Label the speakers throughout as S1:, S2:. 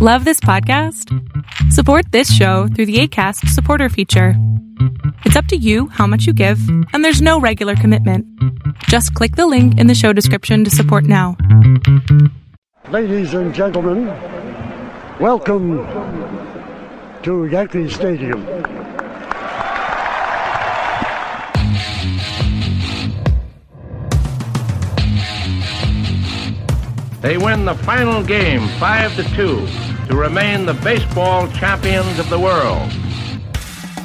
S1: Love this podcast? Support this show through the ACAST supporter feature. It's up to you how much you give, and there's no regular commitment. Just click the link in the show description to support now.
S2: Ladies and gentlemen, welcome to Yankee Stadium.
S3: They win the final game 5 to 2 to remain the baseball champions of the world.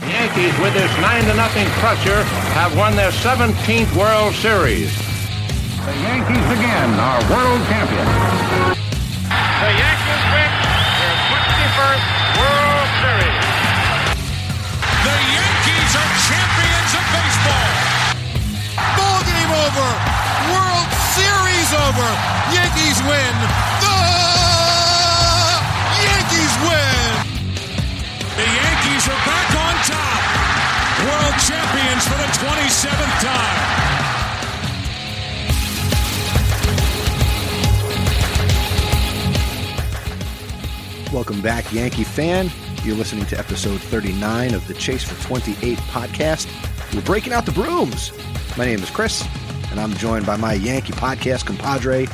S3: The Yankees with this 9 to nothing crusher have won their 17th World Series. The Yankees again are world champions.
S4: The Yankees win their 21st World Series.
S5: The Yankees are champions of baseball. Ball game over. World Series over. Yankees win. The Yankees win. The Yankees are back on top. World champions for the 27th time.
S6: Welcome back, Yankee fan. You're listening to episode 39 of the Chase for 28 podcast. We're breaking out the brooms. My name is Chris, and I'm joined by my Yankee podcast compadre,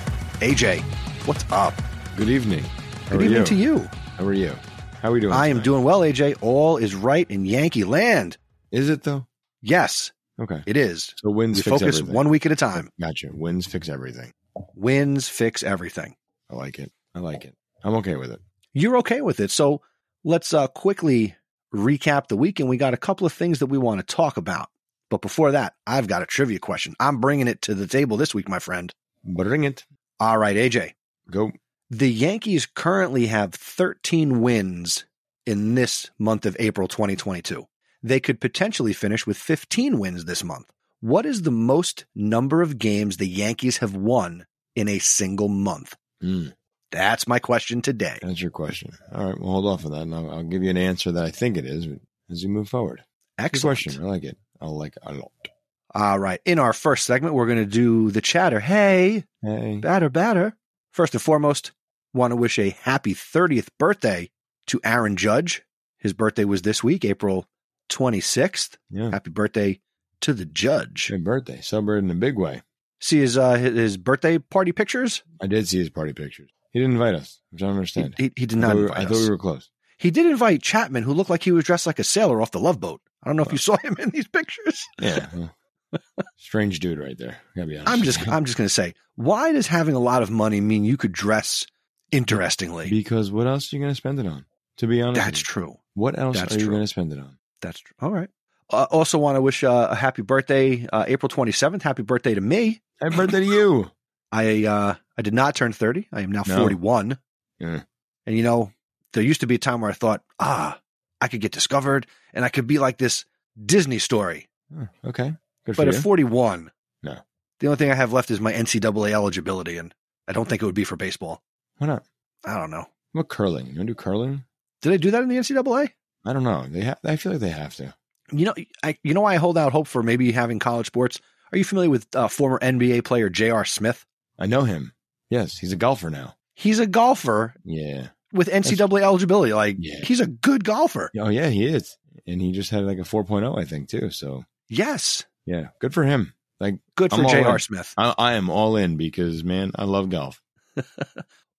S6: AJ. What's up?
S7: Good evening. How
S6: Good
S7: are
S6: evening to you.
S7: How are you? How are we doing?
S6: I am
S7: tonight?
S6: doing well, AJ. All is right in Yankee land.
S7: Is it though?
S6: Yes,
S7: Okay.
S6: it is.
S7: So wins
S6: We
S7: fix
S6: focus
S7: everything.
S6: one week at a time.
S7: Gotcha. Wins fix everything.
S6: Wins fix everything.
S7: I like it. I like it. I'm okay with it.
S6: You're okay with it. So let's uh, quickly recap the week, and we got a couple of things that we want to talk about. But before that, I've got a trivia question. I'm bringing it to the table this week, my friend.
S7: Bring it.
S6: All right, AJ.
S7: Go.
S6: The Yankees currently have 13 wins in this month of April 2022. They could potentially finish with 15 wins this month. What is the most number of games the Yankees have won in a single month?
S7: Mm,
S6: That's my question today.
S7: that's your question. All right. We'll hold off on that, and I'll, I'll give you an answer that I think it is as we move forward. Good
S6: Excellent.
S7: question. I like it. I like it a lot.
S6: All right. In our first segment, we're going to do the chatter. Hey,
S7: Hey.
S6: batter, batter. First and foremost, want to wish a happy 30th birthday to Aaron Judge. His birthday was this week, April 26th.
S7: Yeah.
S6: Happy birthday to the judge.
S7: Good birthday. Celebrated in a big way.
S6: See his uh, his his birthday party pictures.
S7: I did see his party pictures. He didn't invite us, which I don't
S6: He,
S7: understand.
S6: he, he did
S7: I,
S6: not
S7: thought we were,
S6: invite
S7: I
S6: us.
S7: thought we were close.
S6: He did invite Chapman, who looked like he was dressed like a sailor off the Love Boat. I don't know if you
S7: Oh.
S6: saw him in these pictures.
S7: Yeah. well, strange dude right there. I gotta be honest.
S6: I'm
S7: with
S6: just
S7: you.
S6: I'm just gonna say, why does having a lot of money mean you could dress interestingly?
S7: Because what else are you going to spend it on? To be honest,
S6: That's
S7: with you.
S6: true.
S7: What else
S6: That's
S7: are you
S6: true.
S7: going to spend it on?
S6: That's true. All right. Uh, also, want to wish uh, a happy birthday, uh, April 27th. Happy birthday to me.
S7: Happy birthday to you!
S6: I uh, I did not turn 30. I am now
S7: No.
S6: 41.
S7: Yeah.
S6: And you know, there used to be a time where I thought, ah, I could get discovered and I could be like this Disney story.
S7: Oh, okay, good
S6: But
S7: for
S6: at
S7: you.
S6: 41,
S7: No.
S6: the only thing I have left is my NCAA eligibility, and I don't think it would be for baseball.
S7: Why not?
S6: I don't know.
S7: What curling? You want to do curling?
S6: Did I do that in the NCAA?
S7: I don't know. They ha- I feel like they have to.
S6: You know, I you know why I hold out hope for maybe having college sports. Are you familiar with uh, former NBA player J.R. Smith?
S7: I know him. Yes, he's a golfer now.
S6: He's a golfer
S7: Yeah.
S6: with NCAA eligibility. Like
S7: Yeah.
S6: he's a good golfer.
S7: Oh yeah, he is. And he just had like a 4.0, I think, too. So
S6: Yes,
S7: yeah, good for him. Like
S6: good for
S7: I'm all
S6: J.R.
S7: in.
S6: Smith.
S7: I, I am all in because man, I love golf.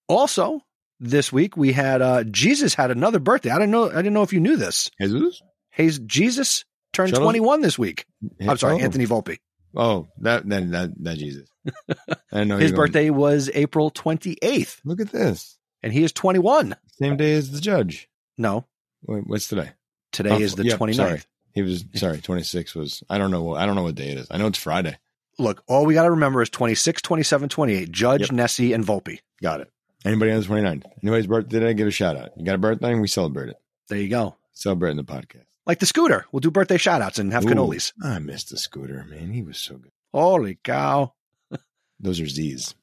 S6: Also, this week we had uh, Jesus had another birthday. I don't know. I didn't know if you knew this.
S7: Jesus?
S6: Hey, Jesus turned
S7: Shut up.
S6: 21 this week. I'm sorry,
S7: Oh.
S6: Anthony Volpe.
S7: Oh, that that that, that Jesus. I know
S6: His
S7: you're going-
S6: birthday was April 28th,
S7: Look at this.
S6: and he is 21.
S7: Same day as the judge.
S6: No,
S7: Wait, what's today?
S6: today
S7: Oh,
S6: is the
S7: yeah,
S6: 29th.
S7: Sorry. He was sorry. Twenty six was. I don't know. what- I don't know what day it is. I know it's Friday.
S6: Look, all we got to remember is 26, 27, 28. Judge,
S7: Yep.
S6: Nessie, and Volpe.
S7: Got it. Anybody on the 29th? Anybody's birthday today? Give a shout out. You got a birthday? We celebrate it.
S6: There you go.
S7: Celebrate in the podcast.
S6: Like the scooter. We'll do birthday shout outs and have
S7: Ooh,
S6: cannolis.
S7: I missed the scooter, man. He was so good.
S6: Holy cow.
S7: Those are Z's.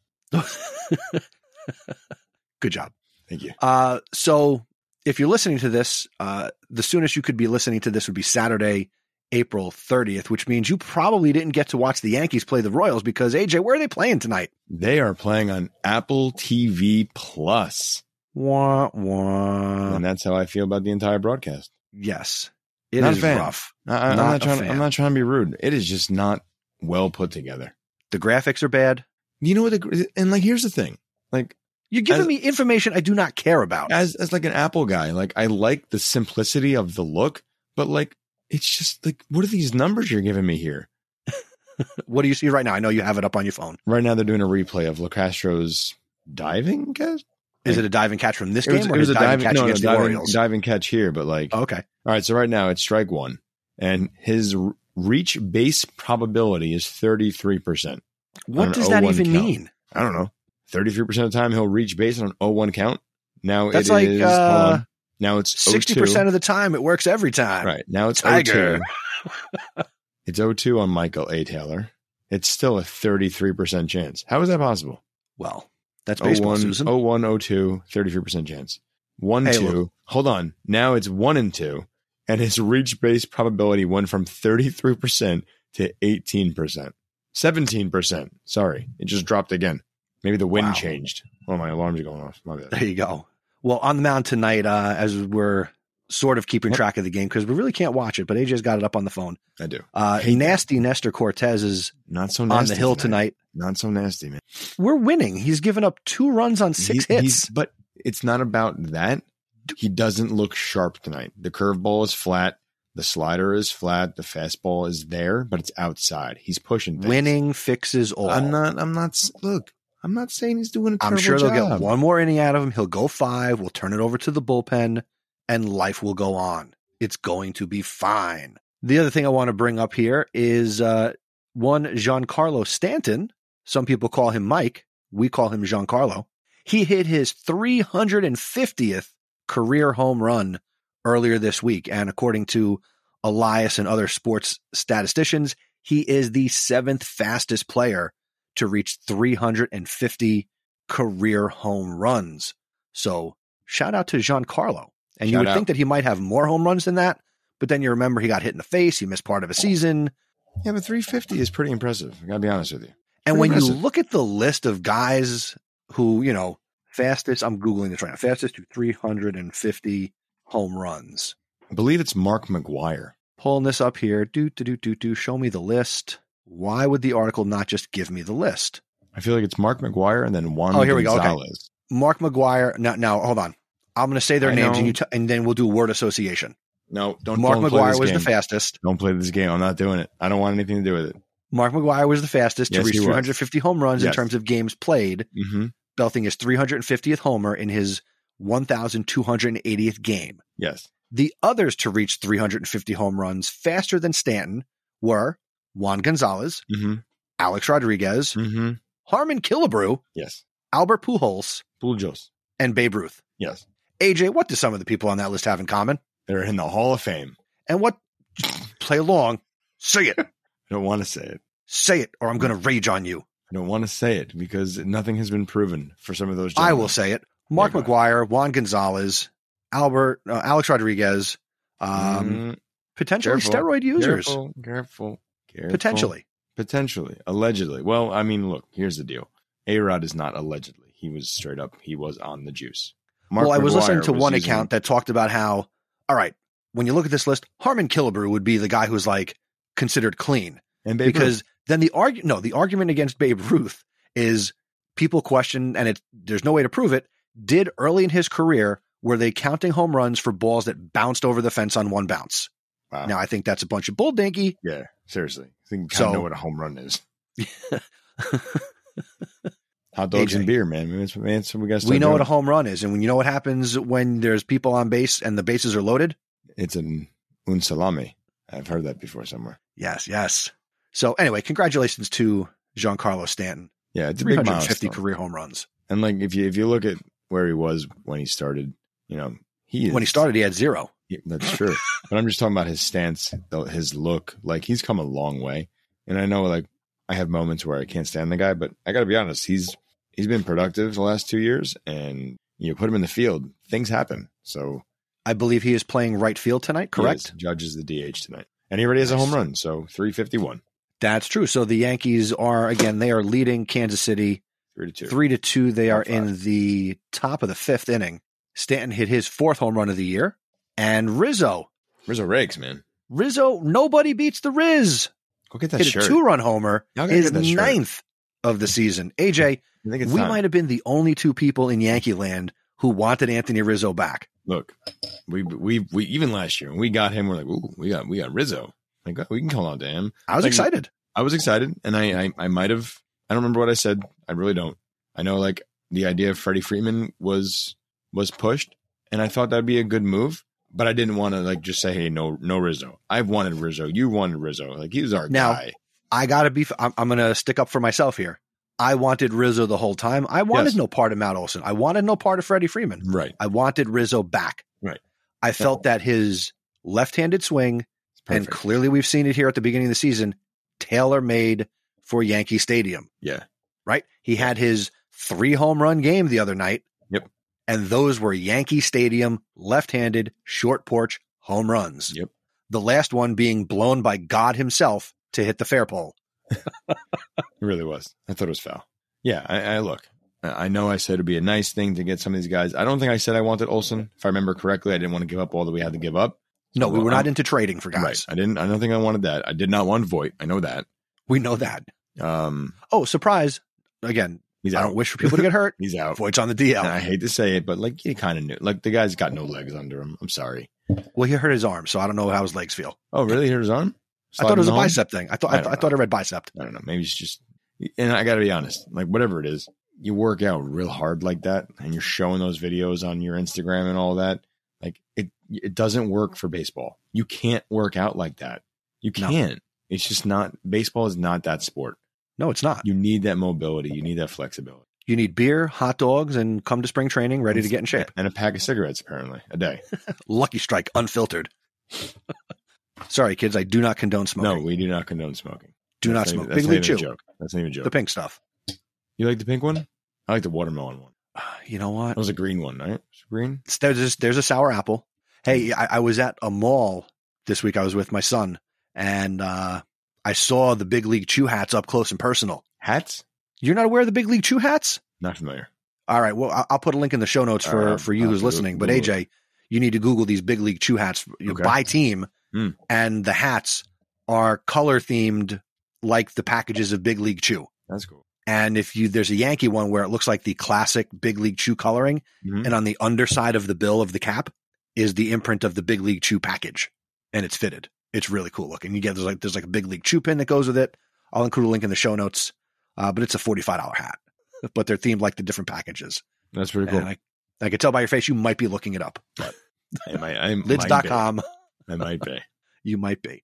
S6: Good job.
S7: Thank you.
S6: Uh, so, if you're listening to this, uh, the soonest you could be listening to this would be Saturday, April 30th, which means you probably didn't get to watch the Yankees play the Royals because AJ, where are they playing tonight?
S7: They are playing on Apple TV Plus.
S6: Wah, wah.
S7: And that's how I feel about the entire broadcast.
S6: yes. it is
S7: Not a fan.
S6: rough.
S7: I, I'm
S6: Not
S7: not,
S6: a
S7: trying.
S6: fan.
S7: I'm not trying to be rude. It is just not well put together.
S6: The graphics are bad.
S7: You know what? The, and like, here's the thing. Like,
S6: You're giving
S7: As-
S6: me information I do not care about.
S7: as as like an Apple guy, like I like the simplicity of the look, but like it's just like, what are these numbers you're giving me here?
S6: what do you see right now? I know you have it up on your phone.
S7: Right now, they're doing a replay of LaCastro's diving catch.
S6: Is it a dive and catch from this
S7: It was,
S6: game
S7: it
S6: or
S7: was
S6: his
S7: a
S6: dive
S7: diving,
S6: and catch
S7: no, no,
S6: against the
S7: diving,
S6: Orioles? Oh.
S7: diving catch here, but like,
S6: okay.
S7: all right. So right now it's strike one, and his r- reach base probability is thirty three percent.
S6: What
S7: an
S6: does that
S7: 0-1
S6: even
S7: count. Oh
S6: mean?
S7: I don't know, 33% of the time he'll reach base on an 0-1 count. Now
S6: That's
S7: it
S6: like,
S7: is-
S6: uh,
S7: hold on. now it's
S6: 60%
S7: 0-2.
S6: of the time it works every time.
S7: right. Now it's
S6: Tiger.
S7: 0-2. it's 0-2 on Michael A. Taylor. It's still a 33% chance. How is that possible?
S6: Well, that's baseball,
S7: 01,
S6: Susan.
S7: 01, 02, 33% chance. 1
S6: Hey,
S7: 2.
S6: look.
S7: Hold on. Now it's 1 and 2 and his reach base probability went from 33% to 18%. 17%. Sorry. It just dropped again. Maybe the wind
S6: Wow.
S7: changed. Oh, my alarms are going off. My bad.
S6: There you go. Well, on the mound tonight, uh, as we're sort of keeping
S7: Yep.
S6: track of the game because we really can't watch it, but AJ's got it up on the phone.
S7: I do.
S6: Uh,
S7: Hate that.
S6: nasty Nestor Cortez is
S7: Not so nasty.
S6: on the hill tonight.
S7: Not so nasty, man.
S6: We're winning. He's given up two runs on six
S7: He- he's-
S6: hits.
S7: But it's not about that. He doesn't look sharp tonight. The curveball is flat. The slider is flat. The fastball is there, but it's outside. He's pushing. Things.
S6: Winning fixes all.
S7: I'm not. I'm not. s- Look, I'm not saying he's doing a
S6: I'm
S7: terrible
S6: sure they'll
S7: job.
S6: get one more inning out of him. He'll go five. We'll turn it over to the bullpen, and life will go on. It's going to be fine. The other thing I want to bring up here is uh, one Giancarlo Stanton. Some people call him Mike. We call him Giancarlo. He hit his 350th career home run earlier this week. And according to Elias and other sports statisticians, he is the seventh fastest player to reach 350 career home runs. So shout out to Giancarlo. And you
S7: Shout
S6: would
S7: out.
S6: think that he might have more home runs than that, but then you remember he got hit in the face, he missed part of a season.
S7: Yeah, but 350 is pretty impressive. I gotta be honest with you.
S6: And
S7: Pretty
S6: when you
S7: impressive.
S6: look at the list of guys who, you know, fastest, I'm Googling this right now, fastest to 350 home runs.
S7: I believe it's Mark McGuire.
S6: Pulling this up here, do, do, do, do, do, show me the list. Why would the article not just give me the list?
S7: I feel like it's Mark McGuire and then Juan
S6: Oh, here we go. Okay.
S7: Gonzalez.
S6: Mark McGuire, now, now hold on. I'm going to say their
S7: I
S6: names
S7: know.
S6: and, you t- and then we'll do word association.
S7: No, don't.
S6: Mark
S7: don't play
S6: McGuire
S7: this
S6: was
S7: game.
S6: the fastest.
S7: Don't play this game. I'm not doing it. I don't want anything to do with it.
S6: Mark McGuire was the fastest
S7: Yes,
S6: to reach
S7: he was.
S6: 350 home runs in
S7: Yes.
S6: terms of games played,
S7: Mm-hmm.
S6: belting his 350th homer in his 1,280th game.
S7: Yes.
S6: The others to reach 350 home runs faster than Stanton were Juan Gonzalez,
S7: Mm-hmm.
S6: Alex Rodriguez,
S7: Mm-hmm.
S6: Harmon Killebrew,
S7: Yes.
S6: Albert Pujols,
S7: Bullos.
S6: and Babe Ruth.
S7: Yes.
S6: AJ, what do some of the people on that list have in common?
S7: They're in the Hall of Fame.
S6: And what play along? Say it,
S7: I don't want to say it.
S6: say it, or I'm going to rage on you.
S7: I don't want to say it because nothing has been proven for some of those.
S6: I
S7: gentlemen.
S6: will say it. Mark
S7: Yeah, go
S6: McGuire, Juan Gonzalez, Albert, uh, Alex Rodriguez, um,
S7: Mm,
S6: potentially
S7: careful,
S6: steroid users,
S7: Careful, careful, careful.
S6: potentially.
S7: Potentially. Allegedly. Well, I mean, look, here's the deal. A Rod is not allegedly. He was straight up, he was on the juice. Mark
S6: well, I was
S7: McGwire
S6: listening to
S7: was
S6: one
S7: using-
S6: account that talked about how, all right, when you look at this list, Harmon Killebrew would be the guy who's like considered clean
S7: and Babe
S6: because then the argument, no, the argument against Babe Ruth is people question, and it there's no way to prove it. Did early in his career were they counting home runs for balls that bounced over the fence on one bounce?
S7: Wow.
S6: Now I think that's a bunch of bull dinky.
S7: Ruth- yeah, seriously. I think I
S6: So-
S7: know what a home run is. Hot dogs
S6: AJ.
S7: and beer, man. That's, man, that's what we got.
S6: we know what a home run is, and when you know what happens when there's people on base and the bases are loaded.
S7: It's an un salami. I've heard that before somewhere.
S6: Yes, yes. So anyway, congratulations to Giancarlo Stanton,
S7: Yeah, it's a big
S6: 350
S7: milestone.
S6: career home runs.
S7: And like, if you if you look at where he was when he started, you know, he is,
S6: When he started, he had zero.
S7: Yeah, that's true. but I'm just talking about his stance, the- his look. Like he's come a long way. And I know, like, I have moments where I can't stand the guy, but I got to be honest, he's he's been productive the last two years, and you put him in the field, things happen. So
S6: I believe he is playing right field tonight. Correct.
S7: he is- judges the DH tonight, and he already has a home run, so three fifty one,
S6: That's true. So the Yankees are again. They are leading Kansas City
S7: three to two.
S6: three to two. They are
S7: Five.
S6: in the top of the fifth inning. Stanton hit his fourth home run of the year. And Rizzo,
S7: Rizzo rakes, man.
S6: Rizzo, nobody beats the Riz.
S7: Go get that
S6: Hit
S7: shirt.
S6: a two run homer,
S7: Y'all gotta
S6: his
S7: get that shirt.
S6: ninth of the season. AJ,
S7: I think
S6: we
S7: it's time.
S6: might have been the only two people in Yankee land who wanted Anthony Rizzo back.
S7: look. We we we even last year when we got him, we're like, ooh, we got we got Rizzo. Like oh, we can call out to him.
S6: I was
S7: Like,
S6: excited.
S7: I was excited, and I I, I might have. I don't remember what I said. I really don't. I know like the idea of Freddie Freeman was was pushed, and I thought that'd be a good move, but I didn't want to like just say, hey, no, no Rizzo. I've wanted Rizzo. You wanted Rizzo. Like he was our
S6: Now-
S7: guy.
S6: I gotta be. I'm, I'm gonna stick up for myself here. I wanted Rizzo the whole time. I wanted
S7: Yes.
S6: no part of Matt Olson. I wanted no part of Freddie Freeman.
S7: Right.
S6: I wanted Rizzo back.
S7: Right.
S6: I felt that his left-handed swing, and
S7: Perfect.
S6: clearly we've seen it here at the beginning of the season, tailor-made for Yankee Stadium.
S7: Yeah.
S6: Right. He had his three home run game the other night.
S7: Yep.
S6: And those were Yankee Stadium left-handed short porch home runs.
S7: Yep.
S6: The last one being blown by God himself to hit the fair pole.
S7: It really was. I thought it was foul. Yeah, I, I look. I I know I said it'd be a nice thing to get some of these guys. I don't think I said I wanted Olson. If I remember correctly, I didn't want to give up all that we had to give up.
S6: No, we
S7: Well,
S6: were not
S7: I'm-
S6: into trading for guys.
S7: Right. I didn't. I don't think I wanted that. I did not want Voight. I know that.
S6: We know that.
S7: Um,
S6: Oh, surprise. Again,
S7: he's
S6: I
S7: out.
S6: don't wish for people to get hurt.
S7: he's out.
S6: Voight's on the
S7: And I
S6: DL.
S7: hate to say it, but like you kind of knew. Like the guy's got no legs under him. I'm sorry.
S6: Well, he hurt his arm, so I don't know how his legs feel.
S7: Oh, really? Hurt his arm?
S6: I thought it was a
S7: Sliding home?
S6: bicep thing. I thought I,
S7: I
S6: th-
S7: don't
S6: I thought I
S7: know.
S6: read bicep.
S7: I don't know. Maybe it's just. And I got to be honest. Like whatever it is, you work out real hard like that, and you're showing those videos on your Instagram and all that. Like it, it doesn't work for baseball. You can't work out like that. You
S6: No.
S7: can't. It's just not. Baseball is not that sport.
S6: No, it's not.
S7: You need that mobility. You need that flexibility.
S6: You need beer, hot dogs, and come to spring training ready to get in shape.
S7: And a pack of cigarettes apparently a day.
S6: Lucky Strike, unfiltered. Sorry, kids, I do not condone smoking.
S7: No, we do not condone smoking.
S6: do not
S7: That's
S6: smoke.
S7: even-
S6: Big
S7: that's not
S6: League
S7: even
S6: Chew,
S7: a joke. That's not even a joke.
S6: the pink stuff.
S7: You like the pink one? I like the watermelon one.
S6: Ah, You know what?
S7: That was a green one, right? It's green.
S6: It's- there's this, there's a sour apple. Hey, I, I was at a mall this week. I was with my son, and uh, I saw the big league chew hats up close and personal.
S7: Hats?
S6: You're not aware of the big league chew hats?
S7: Not familiar.
S6: All right. Well, I- I'll put a link in the show notes for
S7: Uh,
S6: for you
S7: I'll
S6: who's
S7: have to
S6: listening. But
S7: Google
S6: AJ, you need to Google these big league chew hats you know,
S7: Okay.
S6: by team,
S7: Hmm.
S6: and the hats are color themed like the packages of big league chew.
S7: That's cool.
S6: And if you there's a Yankee one where it looks like the classic big league chew coloring,
S7: Mhm.
S6: and on the underside of the bill of the cap is the imprint of the big league chew package, and it's fitted. It's really cool looking. You get there's like there's like a big league chew pin that goes with it. I'll include a link in the show notes, uh, but it's a forty five dollar hat, but they're themed like the different packages.
S7: That's pretty cool.
S6: And I, I could tell by your face you might be looking it up.
S7: I might, I might
S6: Lids.com.
S7: be. I might be.
S6: you might be.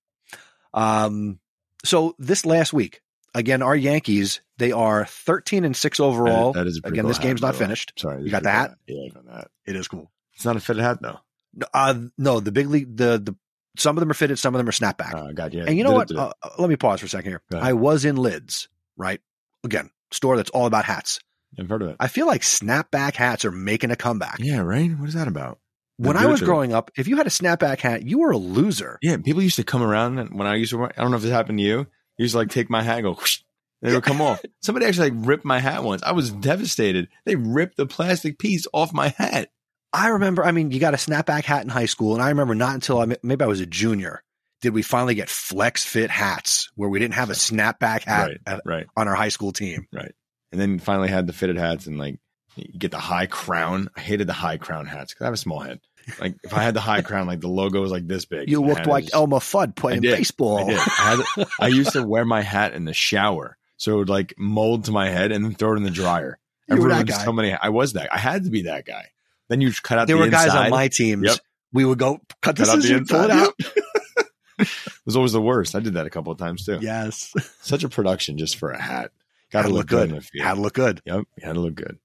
S6: Um, so this last week, again, our Yankees, they are 13 and six overall.
S7: That- that is a pretty
S6: again,
S7: cool
S6: this
S7: hat,
S6: game's
S7: by
S6: not
S7: the way.
S6: finished.
S7: Sorry.
S6: You got the
S7: that?
S6: hat?
S7: Yeah, I got that.
S6: It is cool.
S7: It's not a fitted hat though.
S6: No, Uh, no, the big league, the, the, some of them are fitted, some of them are snapback.
S7: Uh, got you.
S6: and you know what? Uh, uh, let me pause for a second here.
S7: Go ahead.
S6: I was in Lids, right? Again, store that's all about hats.
S7: I've heard of it.
S6: I feel like snapback hats are making a comeback.
S7: yeah, right. What is that about?
S6: when
S7: They
S6: I
S7: do it
S6: was
S7: to-
S6: growing up, if you had a snapback hat, you were a loser.
S7: Yeah, people used to come around and when I used to. Wear, I don't know if this happened to you. You used to like take my hat and go. Whoosh, and it would come off. Somebody actually like ripped my hat once. I was devastated. They ripped the plastic piece off my hat.
S6: I remember, I mean, you got a snapback hat in high school, and I remember not until I maybe I was a junior did we finally get flex fit hats where we didn't have a snapback hat
S7: right.
S6: at-
S7: right.
S6: on our high school team.
S7: and then finally had the fitted hats and like you get the high crown. I hated the high crown hats because I have a small head. Like if I had the high crown, like the logo was like this big.
S6: You
S7: and I
S6: looked
S7: had it
S6: like
S7: just-
S6: Elma Fudd
S7: I
S6: playing
S7: did.
S6: baseball.
S7: I, did. I, had- I used to wear my hat in the shower, so it would like mold to my head and then throw it in the dryer. I
S6: You were that
S7: ruined
S6: guy.
S7: So many. I was that. I had to be that guy. Then you cut out.
S6: There
S7: the
S6: were guys on
S7: inside.
S6: my teams.
S7: Yep.
S6: We would go cut the
S7: Cut out the
S6: scissors, pull it
S7: inside.
S6: out.
S7: It was always the worst. I did that a couple of times too.
S6: Yes.
S7: Such a production just for a hat. Got
S6: Gotta
S7: to
S6: look
S7: in the
S6: good.
S7: field.
S6: Gotta look good.
S7: Yep, got to look good.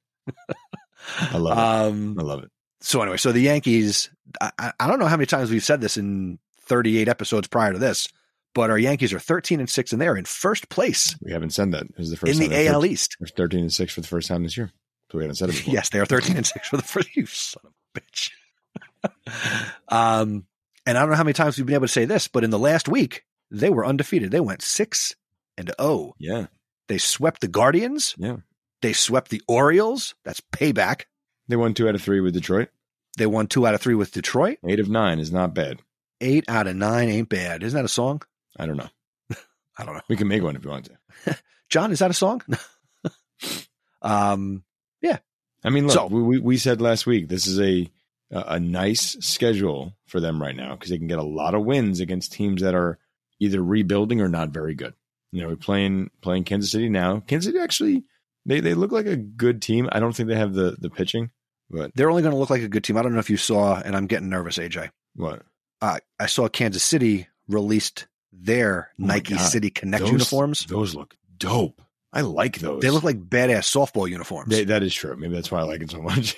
S7: I love
S6: Um,
S7: it. I love it.
S6: so anyway, so the Yankees, I- I, I don't know how many times we've said this in 38 episodes prior to this, but our Yankees are 13 and six and they're in first place
S7: We haven't said that. It was the first
S6: in
S7: time
S6: the E?
S7: I
S6: AL East.
S7: We're 13 and 6 for the first time this year. So we haven't said it before.
S6: Yes, they are 13 and 6 for the first. You son of a bitch. um, and I don't know how many times we've been able to say this, but in the last week, they were undefeated. They went 6 and 0.
S7: Yeah.
S6: They swept the Guardians.
S7: Yeah.
S6: They swept the Orioles. That's payback.
S7: They won two out of three with Detroit.
S6: They won two out of three with Detroit.
S7: Eight of nine is not bad.
S6: Eight out of nine ain't bad. Isn't that a song?
S7: I don't know.
S6: I don't know.
S7: We can make one if you want to.
S6: John, is that a song? um,
S7: I mean, look,
S6: So-
S7: we, we we said last week this is a a a nice schedule for them right now because they can get a lot of wins against teams that are either rebuilding or not very good. You know, we're playing playing Kansas City now. Kansas City actually they they look like a good team. I don't think they have the the pitching, but
S6: they're only going to look like a good team. I don't know if you saw, and I'm getting nervous, AJ.
S7: what
S6: Uh, I saw Kansas City released their
S7: Oh my
S6: Nike
S7: God.
S6: City Connect
S7: Those-
S6: uniforms.
S7: Those look dope. I like those.
S6: They look like badass softball uniforms.
S7: They- that is true. Maybe that's why I like it so much.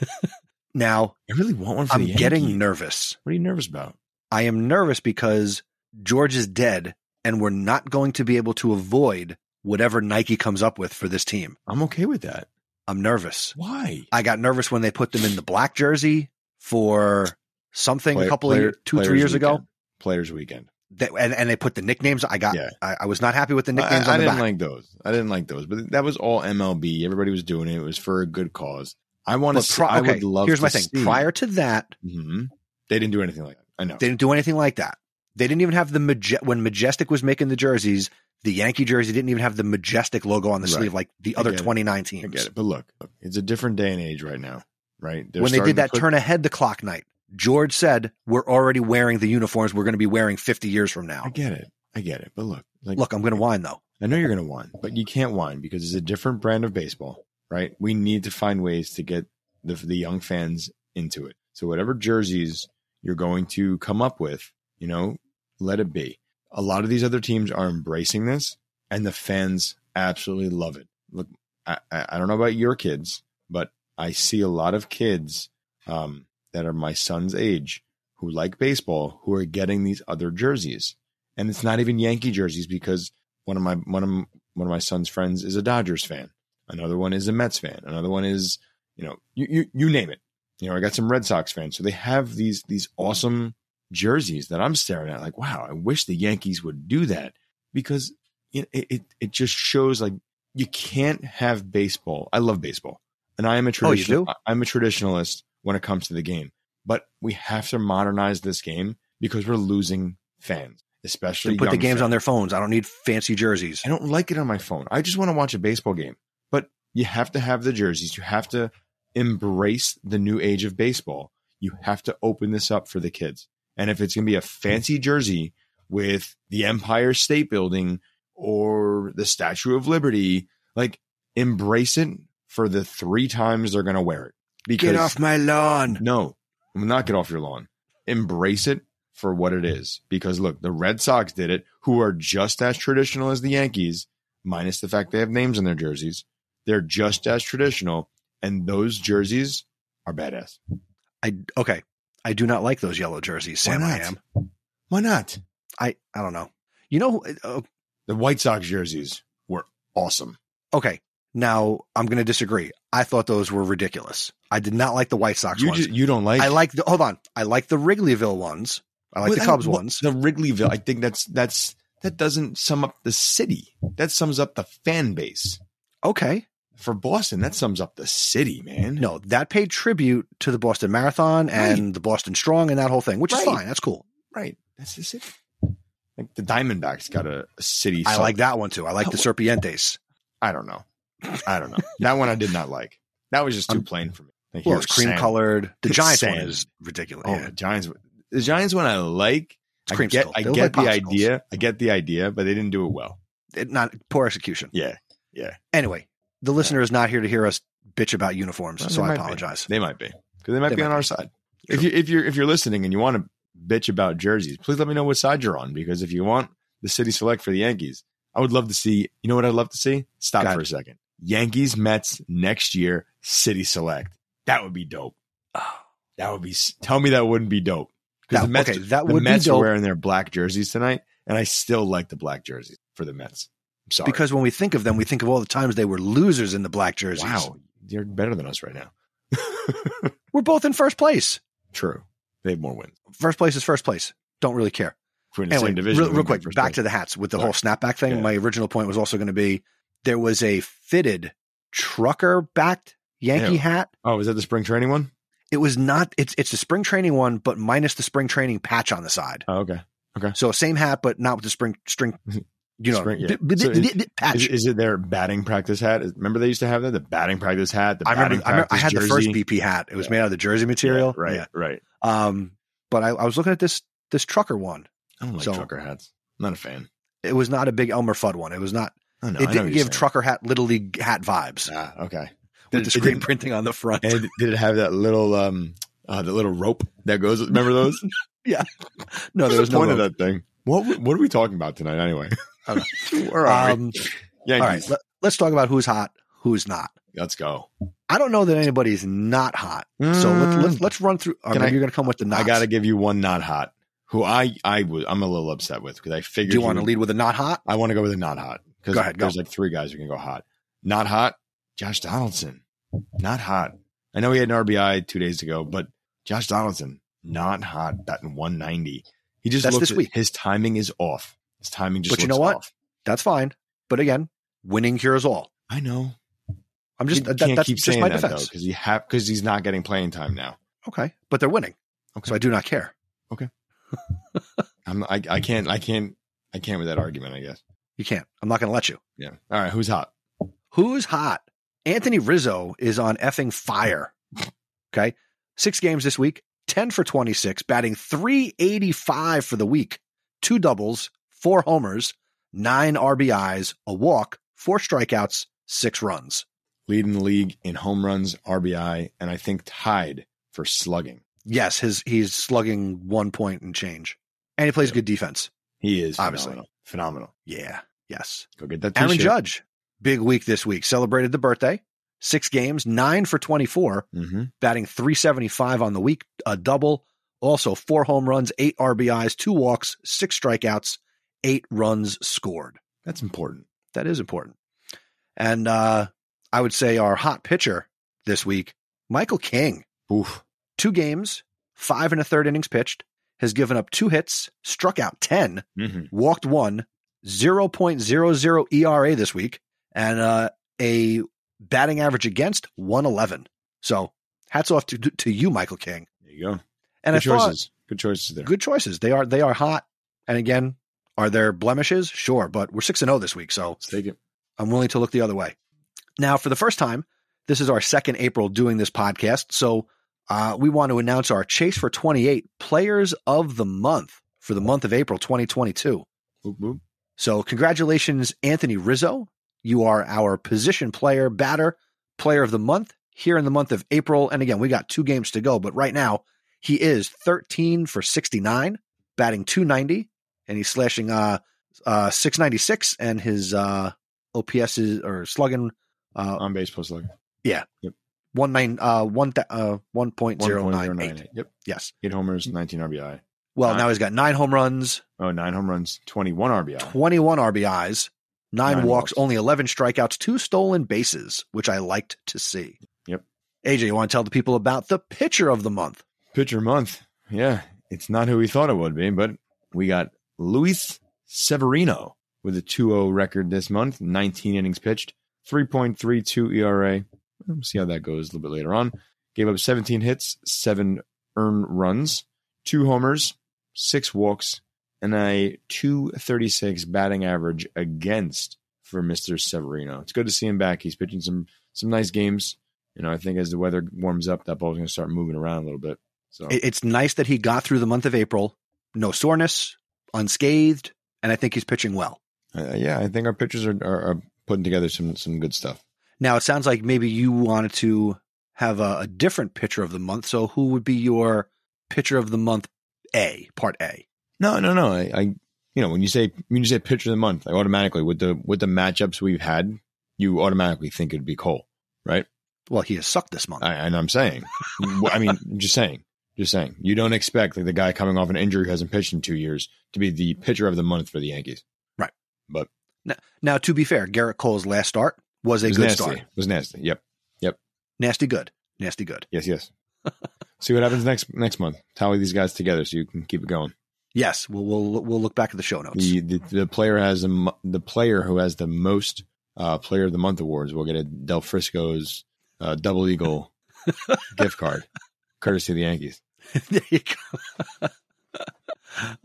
S6: now,
S7: I really want one for
S6: I'm
S7: the
S6: getting
S7: Yankees.
S6: nervous.
S7: What are you nervous about?
S6: I am nervous because George is dead, and we're not going to be able to avoid whatever Nike comes up with for this team.
S7: I'm okay with that.
S6: I'm nervous.
S7: Why?
S6: I got nervous when they put them in the black jersey for something
S7: Player-
S6: a couple
S7: player-
S6: of two,
S7: Players
S6: three years
S7: Weekend.
S6: ago.
S7: Players Weekend.
S6: That, and, and they put the nicknames. I got.
S7: Yeah.
S6: I, I was not happy with the
S7: I-
S6: nicknames
S7: I,
S6: on the
S7: didn't
S6: back.
S7: like those. I didn't like those, but that was all MLB. Everybody was doing it. It was for a good cause. I want
S6: But
S7: to.
S6: pri-
S7: I
S6: okay,
S7: would love.
S6: here's
S7: to
S6: my thing.
S7: see-
S6: Prior to that,
S7: Mhm. they didn't do anything like that. I know.
S6: they didn't do anything like that. They didn't even have the Maj- when Majestic was making the jerseys. The Yankee jersey didn't even have the Majestic logo on the
S7: Right.
S6: sleeve like the
S7: I
S6: other
S7: get it.
S6: 29
S7: I
S6: teams.
S7: get it, but look, look, it's a different day and age right now, right? They're
S6: when they
S7: starting
S6: did
S7: to
S6: that
S7: put-
S6: turn ahead the clock night, George said, "We're already wearing the uniforms we're going to be wearing 50 years from
S7: I
S6: now."
S7: get it. I get it. But look, like,
S6: Look, I'm going to whine though.
S7: I know you're going to whine, but you can't whine because it's a different brand of baseball, right? We need to find ways to get the, the young fans into it. So whatever jerseys you're going to come up with, you know, let it be. A lot of these other teams are embracing this and the fans absolutely love it. Look, I, I I don't know about your kids, but I see a lot of kids um, that are my son's age who like baseball who are getting these other jerseys. And it's not even Yankee jerseys because one of my one of m- one of my son's friends is a Dodgers fan. Another one is a Mets fan. Another one is you know you you, you name it. You know I got some Red Sox fans, so they have these these awesome jerseys that I'm staring at. Like wow, I wish the Yankees would do that because it it it, it just shows like you can't have baseball. I love baseball, and I am a
S6: Oh, you
S7: traditional.
S6: do?
S7: I- I'm a traditionalist when it comes to the game, but we have to modernize this game because we're losing fans, especially
S6: They put the
S7: young
S6: games
S7: fans.
S6: on their phones. I don't need fancy jerseys.
S7: I don't like it on my phone. I just want to watch a baseball game. But you have to have the jerseys. You have to embrace the new age of baseball. You have to open this up for the kids. And if it's going to be a fancy jersey with the Empire State Building or the Statue of Liberty, like embrace it for the three times they're going to wear it.
S6: Get off my lawn.
S7: No, I'm not get off your lawn. Embrace it for what it is. Because look, the Red Sox did it, who are just as traditional as the Yankees, minus the fact they have names on their jerseys. They're just as traditional, and those jerseys are badass.
S6: I okay. I do not like those yellow jerseys, Sam.
S7: Why
S6: I
S7: not?
S6: am.
S7: Why not?
S6: I I don't know. You know. who- Uh,
S7: The White Sox jerseys were awesome.
S6: okay. Now I'm going to disagree. I thought those were ridiculous. I did not like the White Sox
S7: You
S6: ones.
S7: ju- you don't like?
S6: I like the hold on. I like the Wrigleyville ones. I like
S7: Well,
S6: the Cubs
S7: well,
S6: ones.
S7: The Wrigleyville. I think that's that's that doesn't sum up the city. That sums up the fan base.
S6: Okay.
S7: For Boston, that sums up the city, man.
S6: No, that paid tribute to the Boston Marathon and the Boston Strong and that whole thing, which is
S7: Right.
S6: fine. That's cool.
S7: Right. That's the city. Like the Diamondbacks got a, a city.
S6: I
S7: sub-
S6: like that one too. I like the
S7: Oh,
S6: Serpientes.
S7: I don't know. I don't know. that one I did not like. That was just too plain for me. Like,
S6: Um, Well,
S7: here's
S6: it's cream
S7: sand.
S6: colored. The
S7: It's
S6: Giants one
S7: sand.
S6: is ridiculous.
S7: Oh,
S6: yeah.
S7: the Giants. The Giants one I like.
S6: It's
S7: I get.
S6: creamsicle.
S7: I
S6: They look
S7: get
S6: like
S7: the
S6: popsicles.
S7: idea. I get the idea, but they didn't do it well.
S6: It- not poor execution.
S7: Yeah,
S6: Anyway, the listener is not here to hear us bitch about uniforms,
S7: Well,
S6: so
S7: they
S6: I
S7: might be.
S6: apologize.
S7: they might be because they might
S6: They
S7: be
S6: might
S7: on our side. If you if you're if you're listening and you want to bitch about jerseys, please let me know what side you're on. Because if you want the city select for the Yankees, I would love to see. You know what I'd love to see? Stop
S6: Go
S7: for
S6: ahead.
S7: a second. Yankees Mets next year, city select. That would be dope. That would be. s- Tell me that wouldn't be dope. Because
S6: Oh. That-
S7: the Mets,
S6: okay, that
S7: the
S6: would be
S7: Mets are
S6: dope.
S7: wearing their black jerseys tonight, and I still like the black jerseys for the Mets. I'm sorry.
S6: Because when we think of them, we think of all the times they were losers in the black jerseys.
S7: wow, they're better than us right now.
S6: We're both in first place.
S7: True, they have more wins.
S6: First place is first place. Don't really care.
S7: We're in the
S6: Anyway,
S7: same division.
S6: real,
S7: we're
S6: real
S7: in
S6: quick,
S7: first
S6: back
S7: place.
S6: to the hats with the
S7: Right.
S6: whole snapback thing.
S7: Yeah.
S6: My original point was also going to be there was a fitted trucker backed Yankee
S7: Ew.
S6: hat.
S7: Oh, is that the spring training one?
S6: It was not. It's it's the spring training one, but minus the spring training patch on the side.
S7: Oh, okay.
S6: So same hat, but not with the spring string. You know,
S7: Spring- yeah.
S6: d- d-
S7: So
S6: d-
S7: is-
S6: d- patch.
S7: Is, is it their batting practice hat? Is- Remember they used to have that the batting practice hat. The
S6: I remember,
S7: batting
S6: I remember. I
S7: practice
S6: had the first
S7: jersey?
S6: BP hat. It was
S7: Yeah.
S6: made out of the jersey material.
S7: Yeah, right, right.
S6: Yeah. Um, but I, I was looking at this this trucker one.
S7: I don't like
S6: So-
S7: trucker hats. Not a fan.
S6: It was not a big Elmer Fudd one. It was not.
S7: I know, I
S6: it
S7: know
S6: didn't
S7: what
S6: give
S7: you're saying.
S6: trucker hat little league hat vibes
S7: Ah, okay.
S6: with
S7: Did-
S6: the
S7: it
S6: screen
S7: didn't-
S6: printing on the front.
S7: And did it have that little um uh, the little rope that goes? Remember those? Oh,
S6: no, there was
S7: the
S6: no.
S7: point
S6: rope.
S7: of that thing. What w- what are we talking about tonight anyway? Where are
S6: Um,
S7: we?
S6: all right,
S7: Yankees.
S6: let, let's talk about who's hot, who's not.
S7: Let's go.
S6: I don't know that anybody's not hot. So
S7: Mm.
S6: let's, let's let's run through. Or
S7: Can
S6: maybe
S7: I-
S6: you're going to come with the knots.
S7: I got to give you one not hot. Who I I was I'm a little upset with because I figured
S6: Do you want to
S7: would-
S6: lead with a not hot?
S7: I want to go with a not hot because
S6: Go ahead, go.
S7: there's like three guys who can go hot. Not hot, Josh Donaldson. Not hot. I know he had an RBI two days ago, but Josh Donaldson not hot. Batting 190. He just
S6: That's
S7: looks-
S6: this week.
S7: His timing is off. His timing just.
S6: But you
S7: looks
S6: know what?
S7: off.
S6: That's fine. But again, winning cures all.
S7: I know.
S6: I'm
S7: You
S6: just that,
S7: can't
S6: that's
S7: keep
S6: just
S7: saying
S6: my
S7: that
S6: defense.
S7: because he have because he's not getting playing time now.
S6: okay, but they're winning,
S7: Okay.
S6: so I do not care.
S7: I'm I, I can't I can't I can't with that argument. I guess.
S6: You can't. I'm not going to let you.
S7: Yeah. All right. Who's hot?
S6: Who's hot? Anthony Rizzo is on effing fire. Okay, six games this week, ten for twenty six, batting three eighty five for the week, two doubles, four homers, nine RBIs, a walk, four strikeouts, six runs.
S7: Leading the league in home runs, RBI, and I think tied for slugging.
S6: Yes, his he's slugging one point and change, and he plays good defense.
S7: He is
S6: Obviously.
S7: phenomenal. phenomenal.
S6: Yeah, yes.
S7: Go get that.
S6: Aaron
S7: t-shirt.
S6: Judge, big week this week. Celebrated the birthday, six games, nine for 24,
S7: Mhm.
S6: batting 375 on the week, a double, also four home runs, eight RBIs, two walks, six strikeouts, eight runs scored.
S7: That's important.
S6: That is important. And uh, I would say our hot pitcher this week, Michael King,
S7: Oof.
S6: two games, five and a third innings pitched, has given up two hits, struck out 10,
S7: Mhm.
S6: walked one, 0.00 ERA E this week, and uh, a batting average against 111. So hats off to to you, Michael King.
S7: There you go.
S6: And
S7: good
S6: I thought
S7: choices. Good choices there.
S6: good choices. They are they are hot. And again, are there blemishes? Sure, but we're six and zero this week, so
S7: Let's take it.
S6: I'm willing to look the other way. Now, for the first time, this is our second April doing this podcast, so uh, we want to announce our Chase for 28 Players of the Month for the month of April 2022.
S7: Whoop, whoop.
S6: So, congratulations, Anthony Rizzo. You are our position player, batter, player of the month here in the month of April. And again, we got two games to go, but right now he is 13 for 69, batting 290, and he's slashing uh, uh, 696, and his uh, OPS is or slugging uh,
S7: On base plus slugger.
S6: one nine uh, one th- uh, 1.098.
S7: 1.098. Yep.
S6: Yes.
S7: Eight homers, 19 RBI.
S6: Well,
S7: Nine.
S6: now he's got nine home runs,
S7: Oh, nine home runs, 21 RBI.
S6: 21 RBIs, nine,
S7: Nine
S6: walks,
S7: walks.
S6: only 11 strikeouts, two stolen bases, which I liked to see.
S7: Yep.
S6: AJ, you want to tell the people about the pitcher of the month?
S7: Pitcher month. Yeah. It's not who we thought it would be, but we got Luis Severino with a 2 0 record this month, 19 innings pitched, 3.32 ERA. E We'll see how that goes a little bit later on. Gave up 17 hits, seven earned runs, two homers, six walks, and a 236 batting average against for Mr. Severino. It's good to see him back. He's pitching some some nice games. You know, I think as the weather warms up, that ball's going to start moving around a little bit. So
S6: It- It's nice that he got through the month of April, no soreness, unscathed, and I think he's pitching well.
S7: Uh, yeah, I think our pitchers are, are, are putting together some some good stuff.
S6: Now, it sounds like maybe you wanted to have a, a different pitcher of the month. So, who would be your pitcher of the month A, part A?
S7: No, no, no. I, I you know when you say when you say pitcher of the month, I automatically with the with the matchups we've had, you automatically think it'd be Cole, right?
S6: Well, he has sucked this month.
S7: I, and I'm saying, Well, I mean, just saying, just saying, you don't expect like the guy coming off an injury who hasn't pitched in two years to be the pitcher of the month for the Yankees.
S6: Now, to be fair, Garrett Cole's last start was a
S7: It was
S6: good
S7: nasty.
S6: start.
S7: It was nasty. Yep.
S6: Nasty good. Nasty good.
S7: Yes. Yes. See what happens next next month. Tally these guys together so you can keep it going.
S6: Yes, we'll we'll we'll look back at the show notes.
S7: The, the the player has the mo- the player who has the most uh, player of the month awards will get a Del Frisco's uh, double eagle gift card. courtesy of the Yankees.
S6: there you go.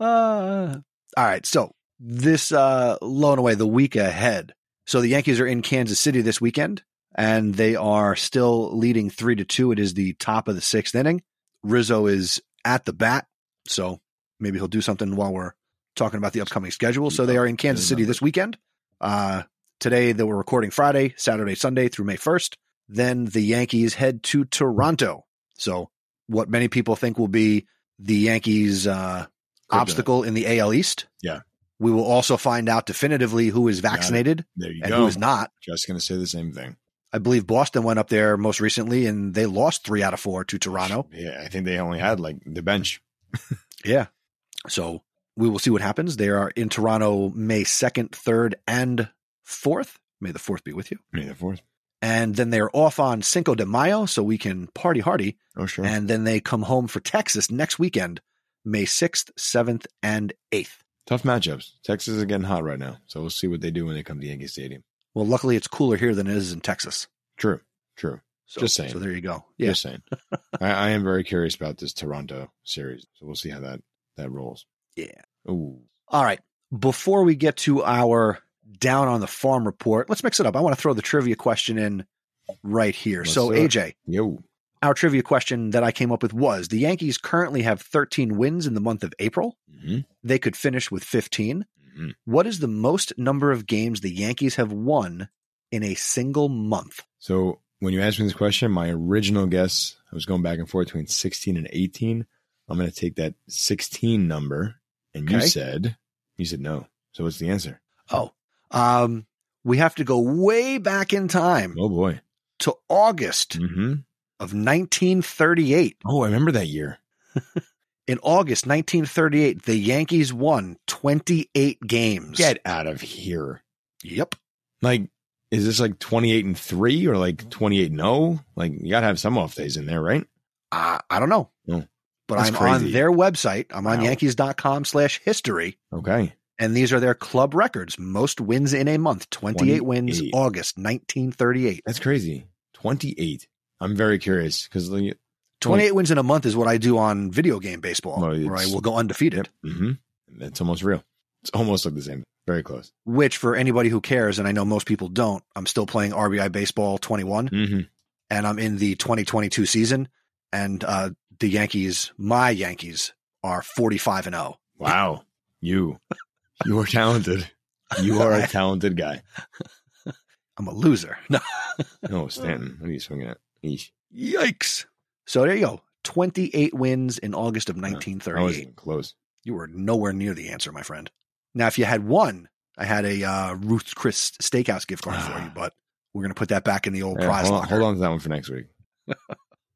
S6: Uh, all right. So this uh, low and away the week ahead. So the Yankees are in Kansas City this weekend, and they are still leading three to two. It is the top of the sixth inning. Rizzo is at the bat, so maybe he'll do something while we're talking about the upcoming schedule. So they are in Kansas City this weekend. Uh, today they were recording Friday, Saturday, Sunday through May first. Then the Yankees head to Toronto. So what many people think will be the Yankees' uh,
S7: Kryptonite.
S6: obstacle in the AL East.
S7: Yeah.
S6: We will also find out definitively who is vaccinated
S7: There you
S6: and
S7: go.
S6: who is not.
S7: Just going to say the same thing.
S6: I believe Boston went up there most recently and they lost three out of four to Toronto.
S7: Yeah, I think they only had like the bench.
S6: Yeah. So we will see what happens. They are in Toronto May 2nd, 3rd, and 4th. May the 4th be with you.
S7: May the fourth.
S6: And then they're off on Cinco de Mayo, so we can party hardy.
S7: Oh sure.
S6: And then they come home for Texas next weekend, May 6th, 7th, and 8th.
S7: Tough matchups. Texas is getting hot right now, so we'll see what they do when they come to Yankee Stadium.
S6: Well, luckily it's cooler here than it is in Texas.
S7: True. True.
S6: So,
S7: Just saying.
S6: So there you go. Yeah.
S7: Just saying. I, I am very curious about this Toronto series, so we'll see how that that rolls.
S6: Yeah.
S7: Ooh.
S6: All right. Before we get to our down on the farm report, let's mix it up. I want to throw the trivia question in right here.
S7: Let's
S6: so,
S7: do it.
S6: AJ,
S7: Yo.
S6: our trivia question that I came up with was the Yankees currently have 13 wins in the month of April.
S7: Mhm.
S6: They could finish with 15.
S7: Mhm.
S6: What is the most number of games the Yankees have won in a single month?
S7: So when you asked me this question, my original guess I was going back and forth between sixteen and eighteen. I'm going to take that sixteen number, and you
S6: Okay.
S7: said you said no. So what's the answer?
S6: Oh, um, we have to go way back in time
S7: Oh boy.
S6: to August
S7: Mm-hmm.
S6: of 1938.
S7: Oh, I remember that year.
S6: In August 1938, the Yankees won 28 games.
S7: Get out of here.
S6: Yep.
S7: Like, is this like 28 and 3 or like 28 and 0? Like, you got to have some off days in there, right?
S6: I, I don't know.
S7: Yeah.
S6: But
S7: Hmm. That's
S6: I'm on
S7: crazy.
S6: their website. I'm on
S7: Wow.
S6: yankees.com slash history.
S7: Okay.
S6: And these are their club records. Most wins in a month, 28 wins,
S7: 28.
S6: August 1938.
S7: That's crazy. 28. I'm very curious because, mm
S6: 28 wins in a month is what I do on video game baseball,
S7: Well,
S6: where I
S7: it's-
S6: will go undefeated,
S7: hmm, that's almost real. It's almost like the same. Very close.
S6: which for anybody who cares, and I know most people don't, I'm still playing RBI Baseball 21.
S7: Mm-hmm.
S6: and I'm in the 2022 season, and uh, the Yankees, my Yankees, are 45 and oh. 0.
S7: Wow. You, you are talented. You are a
S6: I-
S7: talented guy.
S6: I'm a loser. No.
S7: No, Stanton. What are you swinging at? Eesh.
S6: Yikes! So there you go. 28 wins in August of
S7: I wasn't
S6: 1938.
S7: even close.
S6: You were nowhere near the answer, my friend. Now, if you had one, I had a uh, Ruth Chris Steakhouse gift card for you, but we're gonna put that back in the old
S7: Yeah,
S6: prize
S7: hold, on,
S6: locker.
S7: hold on to that one for next week.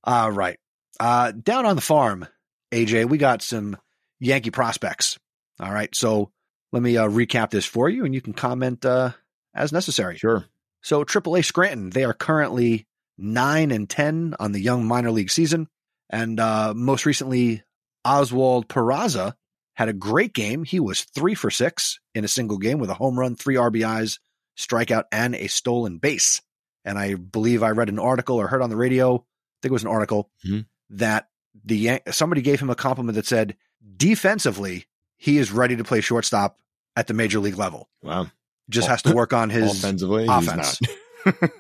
S6: All right. Uh, down on the farm, AJ, we got some Yankee prospects. All right. So let me uh, recap this for you and you can comment uh, as necessary.
S7: Sure.
S6: So, AAA Scranton, they are currently 9 and 10 on the young minor league season. And uh, most recently, Oswald Peraza had a great game. He was three for six in a single game with a home run, three RBIs, strikeout, and a stolen base. And I believe I read an article or heard on the radio, I think it was an article,
S7: Mhm.
S6: that the Yan- somebody gave him a compliment that said, defensively, he is ready to play shortstop at the major league level.
S7: Wow.
S6: Just
S7: Oh.
S6: has to work on his
S7: Offensively,
S6: offense.
S7: he's not.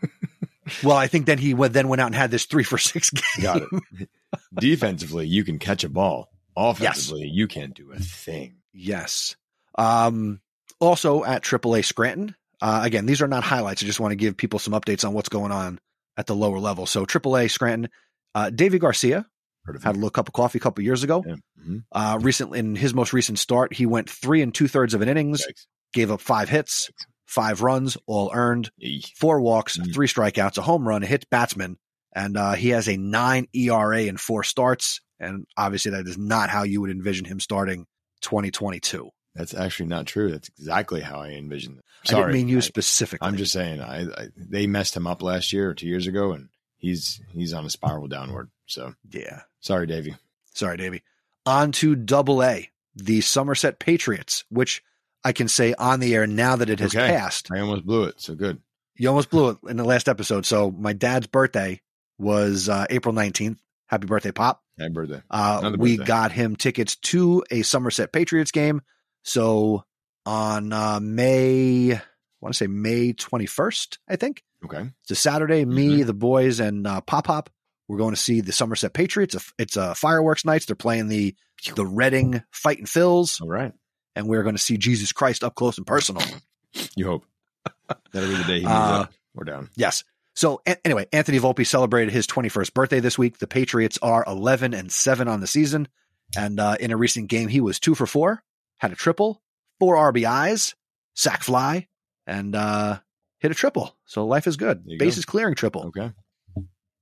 S6: Well, I think then he went, then went out and had this three for six game.
S7: Got it. Defensively, you can catch a ball. Offensively, you can't do a thing.
S6: Yes. Um, also at AAA Scranton. Uh, again, these are not highlights. I just want to give people some updates on what's going on at the lower level. So AAA Scranton, uh, Davey Garcia
S7: Heard of
S6: had a little cup of coffee a couple years ago.
S7: Mm-hmm. Yeah. Mhm.
S6: Uh, recently, in his most recent start, he went three and two thirds of an innings,
S7: Yikes.
S6: gave up five hits, five runs, all earned,
S7: Eek.
S6: four walks,
S7: Mm.
S6: three strikeouts, a home run, a hit batsman, and uh, he has a nine ERA in four starts. And obviously, that is not how you would envision him starting 2022.
S7: That's actually not true. That's exactly how I envisioned it.
S6: I
S7: Sorry.
S6: didn't mean you
S7: I-
S6: specifically.
S7: I'm just saying I, I they messed him up last year or two years ago and he's he's on a spiral downward. So
S6: yeah.
S7: sorry, Davey.
S6: Sorry, Davey. On to Double A, the Somerset Patriots, which I can say on the air now that it has
S7: Okay.
S6: passed.
S7: I almost blew it. So good.
S6: You almost blew it in the last episode. So my dad's birthday was uh, April 19th. Happy birthday, Pop.
S7: Happy birthday.
S6: Uh,
S7: Another
S6: we
S7: birthday.
S6: got him tickets to a Somerset Patriots game. So on uh, May, I want to say May 21st, I think.
S7: Okay.
S6: It's a Saturday.
S7: Mm-hmm.
S6: Me, the boys, and uh, Pop Pop, we're going to see the Somerset Patriots. It's a, it's a fireworks nights. They're playing the the Reading Fight and Fills,
S7: All right.
S6: and we're going to see Jesus Christ up close and personal.
S7: You hope. That'll be the day he moves
S6: Uh,
S7: up or down.
S6: Yes. So a- anyway, Anthony Volpe celebrated his 21st birthday this week. The Patriots are 11 and 7 on the season, and uh, in a recent game, he was two for four, had a triple, four RBIs, sack fly, and uh, hit a triple. So life is good.
S7: There you go. Oh.
S6: Bases clearing triple.
S7: Okay.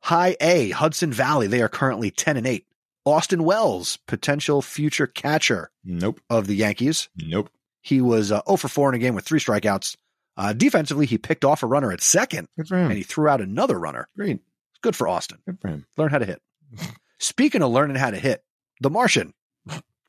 S6: High A, Hudson Valley. They are currently 10 and 8. Austin Wells, potential future catcher
S7: Nope.
S6: of the Yankees.
S7: Nope.
S6: He was uh, 0 for 4 in a game with three strikeouts. Uh, defensively, he picked off a runner at second
S7: Good for him.
S6: and he threw out another runner.
S7: Hmm. Great.
S6: It's good for Austin.
S7: Good for him.
S6: Learn how to hit. Speaking of learning how to hit, the Martian,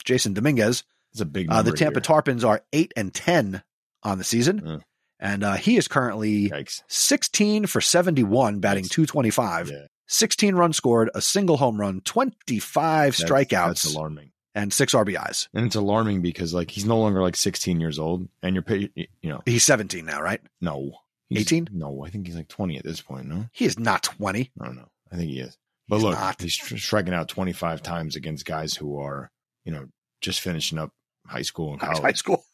S6: Jason Dominguez,
S7: It's a big
S6: uh, the
S7: number
S6: Tampa
S7: here.
S6: Tarpons are 8 and 10 on the season.
S7: Mm.
S6: And uh, he is currently
S7: Yikes.
S6: 16 for 71, batting
S7: That's-
S6: 225.
S7: Yeah.
S6: 16 runs scored, a single home run, 25
S7: That's-
S6: strikeouts,
S7: That's alarming.
S6: and six RBIs.
S7: And it's alarming because like he's no longer like 16 years old and you're pay- you know,
S6: He's 17 now, right?
S7: no. He's-
S6: 18?
S7: No, I think he's like 20 at this point, no?
S6: He is not 20.
S7: I don't know. I think he is. But
S6: He's
S7: look,
S6: not.
S7: he's stri- striking out 25 times against guys who are, you know, just finishing up high school and
S6: High
S7: college.
S6: school.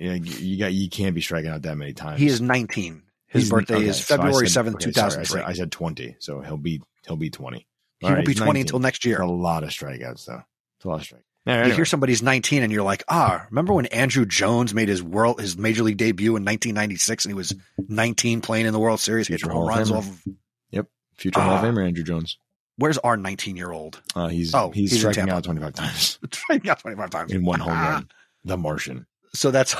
S7: Yeah, you, you got you can't be striking out that many times.
S6: He is 19. His
S7: He's-
S6: birthday
S7: okay,
S6: is
S7: so I
S6: February
S7: said-
S6: 7th,
S7: okay, sorry, I said-
S6: 2003.
S7: I, said 20, so he'll be he'll be 20.
S6: he
S7: All right,
S6: won't be
S7: he's
S6: 20 until
S7: 19.
S6: next year.
S7: It's a lot of strikeouts though. It's a lot of strikeouts. All right,
S6: You hear
S7: anyway.
S6: somebody's 19 and you're like, ah, remember when Andrew Jones made his world, his major league debut in 1996 and he was 19 playing in the World Series,
S7: Future
S6: hitting
S7: Hall
S6: home runs
S7: of Famer.
S6: off of.
S7: Future Hall of
S6: Ah.
S7: Famer Andrew Jones.
S6: Where's our 19 year old?
S7: Uh, he's
S6: Oh,
S7: he's,
S6: he's in
S7: striking
S6: Tampa. Ah.
S7: out 25 times
S6: Got 25 times.
S7: in one home run. The Martian.
S6: So that's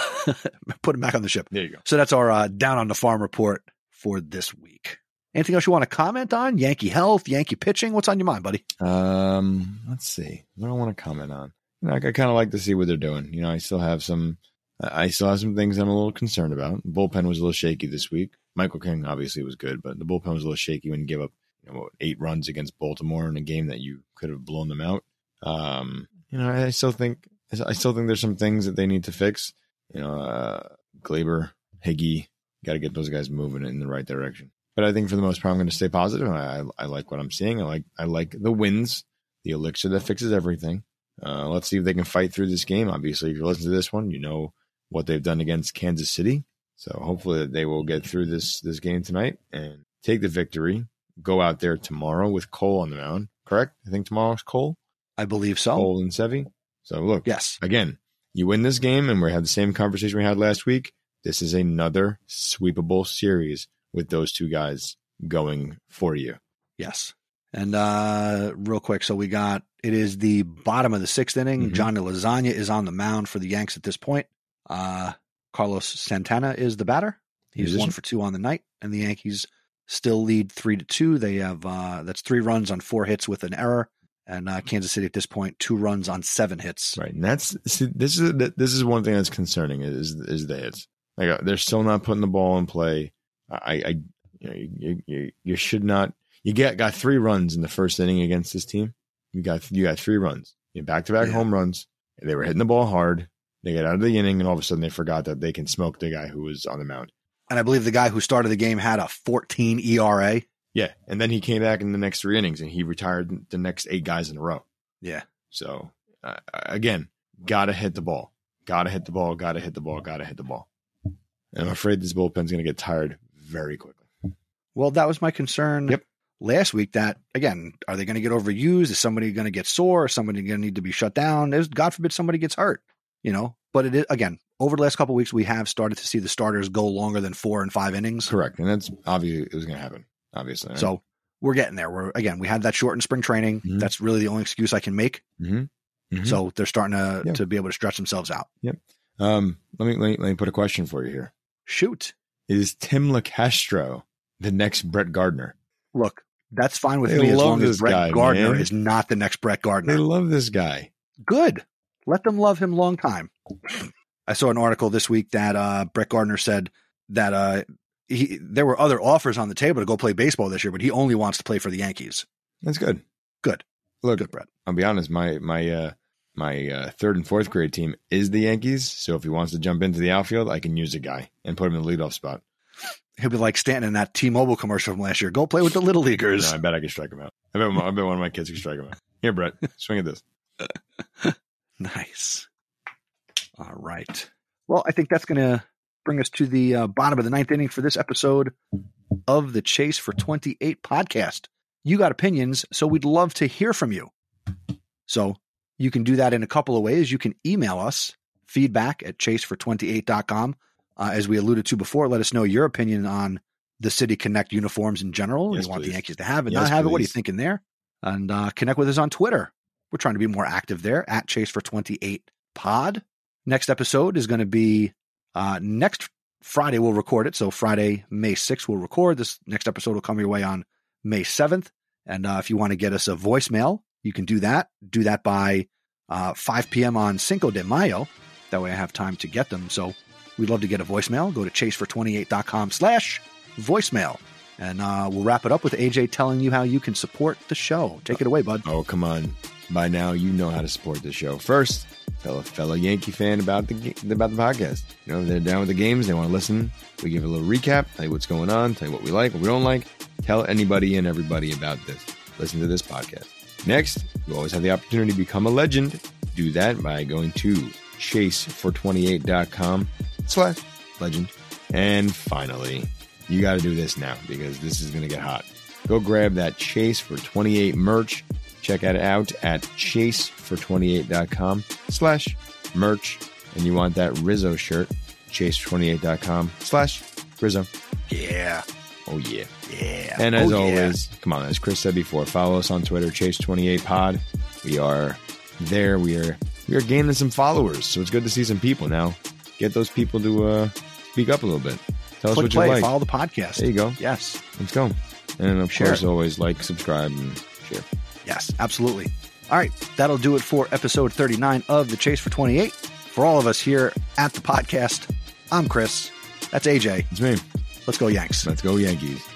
S6: put him back on the ship.
S7: There you go.
S6: So that's our uh, down on the farm report for this week. Anything else you want to comment on? Yankee health, Yankee pitching. What's on your mind, buddy?
S7: Um, let's see. What do I want to comment on? You know, I, I kind of like to see what they're doing. You know, I still have some, I I still have some things I'm a little concerned about. bullpen was a little shaky this week. Michael King obviously was good, but the bullpen was a little shaky when you give up you know, what, eight runs against Baltimore in a game that you could have blown them out. Um, you know, I, I still think I still think there's some things that they need to fix. You know, uh, Glaber, Higgy, got to get those guys moving in the right direction. But I think for the most part, I'm going to stay positive. and I, I like what I'm seeing. I like I like the wins, the elixir that fixes everything. Uh, let's see if they can fight through this game. Obviously, if you're listening to this one, you know what they've done against Kansas City. So hopefully that they will get through this this game tonight and take the victory. Go out there tomorrow with Cole on the mound. Correct? I think tomorrow's Cole,
S6: I believe so.
S7: Cole and Sevi. So look,
S6: Yes.
S7: again, you win this game, and we had the same conversation we had last week. This is another sweepable series with those two guys going for you.
S6: Yes. And uh, real quick, so we got it is the bottom of the sixth inning.
S7: Mhm.
S6: Johnny Lasagna is on the mound for the Yanks at this point. Uh, Carlos Santana is the batter. He's
S7: Musician.
S6: one for two on the night, and the Yankees still lead three to two. They have uh, that's three runs on four hits with an error, and uh, Kansas City at this point two runs on seven hits.
S7: Right, and that's see, this is this is one thing that's concerning is is the hits. Like uh, they're still not putting the ball in play. I, I you, know, you, you you should not. You get got three runs in the first inning against this team. You got you got three runs, back to back
S6: Yeah.
S7: home runs. They were hitting the ball hard. They get out of the inning, and all of a sudden they forgot that they can smoke the guy who was on the mound.
S6: And I believe the guy who started the game had a E 14 ERA.
S7: Yeah, and then he came back in the next three innings, and he retired the next eight guys in a row.
S6: Yeah.
S7: So uh, again, gotta hit the ball, gotta hit the ball, gotta hit the ball, gotta hit the ball. And I'm afraid this bullpen's gonna get tired very quickly.
S6: Well, that was my concern
S7: Yep.
S6: last week. That again, are they going to get overused? Is somebody going to get sore? Is somebody going to need to be shut down? Is God forbid somebody gets hurt? You know. But it is again over the last couple weeks, we have started to see the starters go longer than four and five innings.
S7: Correct, and that's obviously it was gonna happen. Obviously, right?
S6: So we're getting there. We're again, we had that shortened spring training.
S7: Mhm.
S6: That's really the only excuse I can make.
S7: Mhm. Mhm.
S6: So they're starting to
S7: Yeah.
S6: to be able to stretch themselves out.
S7: um, let me, let me let me put a question for you here:
S6: Shoot,
S7: Is Tim LaCastro the next Brett Gardner?
S6: look, that's fine with
S7: They
S6: me as
S7: love
S6: long as
S7: this
S6: Brett
S7: guy,
S6: Gardner
S7: man.
S6: is not the next Brett Gardner.
S7: They love this guy.
S6: good. Let them love him long time. I saw an article this week that uh, Brett Gardner said that uh, he there were other offers on the table to go play baseball this year, but he only wants to play for the Yankees.
S7: That's good.
S6: Good.
S7: Look,
S6: Good, Brett.
S7: I'll be honest, my my uh my uh, third and fourth grade team is the Yankees. So if he wants to jump into the outfield, I can use a guy and put him in the leadoff spot.
S6: He'll be like Stanton in that T-Mobile commercial from last year. Go play with the little
S7: No,
S6: leaguers.
S7: I bet I could strike him out. I bet, I bet one of my kids could strike him out. Here, Brett, swing at this.
S6: Nice. All right. Well, I think that's going to bring us to the uh, bottom of the ninth inning for this episode of the Chase for 28 podcast. You got opinions, so we'd love to hear from you. So you can do that in a couple of ways. You can email us feedback at chasefor28.com. Uh, as we alluded to before, let us know your opinion on the City Connect uniforms in general.
S7: Yes,
S6: you want the
S7: please.
S6: Yankees to have it,
S7: Yes,
S6: not have it. What are you
S7: please.
S6: thinking there? And uh, connect with us on Twitter. We're trying to be more active there at Chase for 28 Pod. Next episode is going to be uh, next Friday. We'll record it. So Friday, May 6th, we'll record. This next episode will come your way on May 7th. And uh, if you want to get us a voicemail, you can do that. Do that by uh, 5 p.m. on Cinco de Mayo. That way I have time to get them. So we'd love to get a voicemail. Go to chasefor28.com slash voicemail. And uh, we'll wrap it up with AJ telling you how you can support the show. Take it away, bud.
S7: Oh, come on. By now, you know how to support the show. First, tell a fellow Yankee fan about the ga- about the podcast. You know, if they're down with the games, they want to listen. We give a little recap, tell you what's going on, tell you what we like, what we don't like. Tell anybody and everybody about this. Listen to this podcast. Next, you always have the opportunity to become a legend. Do that by going to chasefor28.com slash legend. And finally, you got to do this now because this is going to get hot. Go grab that Chase for 28 merch. Check it out at chasefor28.com slash merch. And you want that Rizzo shirt, chase28.com slash Rizzo.
S6: Yeah.
S7: Oh, yeah.
S6: Yeah.
S7: And as
S6: Oh, yeah.
S7: always, come on, as Chris said before, follow us on Twitter, Chase28Pod. We are there. We are we are gaining some followers, so it's good to see some people now. Get those people to uh, speak up a little bit. Tell us
S6: click
S7: what you
S6: play,
S7: like.
S6: follow the podcast.
S7: There you go.
S6: Yes.
S7: Let's go. And of
S6: Share
S7: course,
S6: it.
S7: always like, subscribe, and share.
S6: Yes, absolutely. All right, that'll do it for episode 39 of The Chase for 28. For all of us here at the podcast, I'm Chris. That's AJ.
S7: It's me.
S6: Let's go, Yanks.
S7: Let's go Yankees.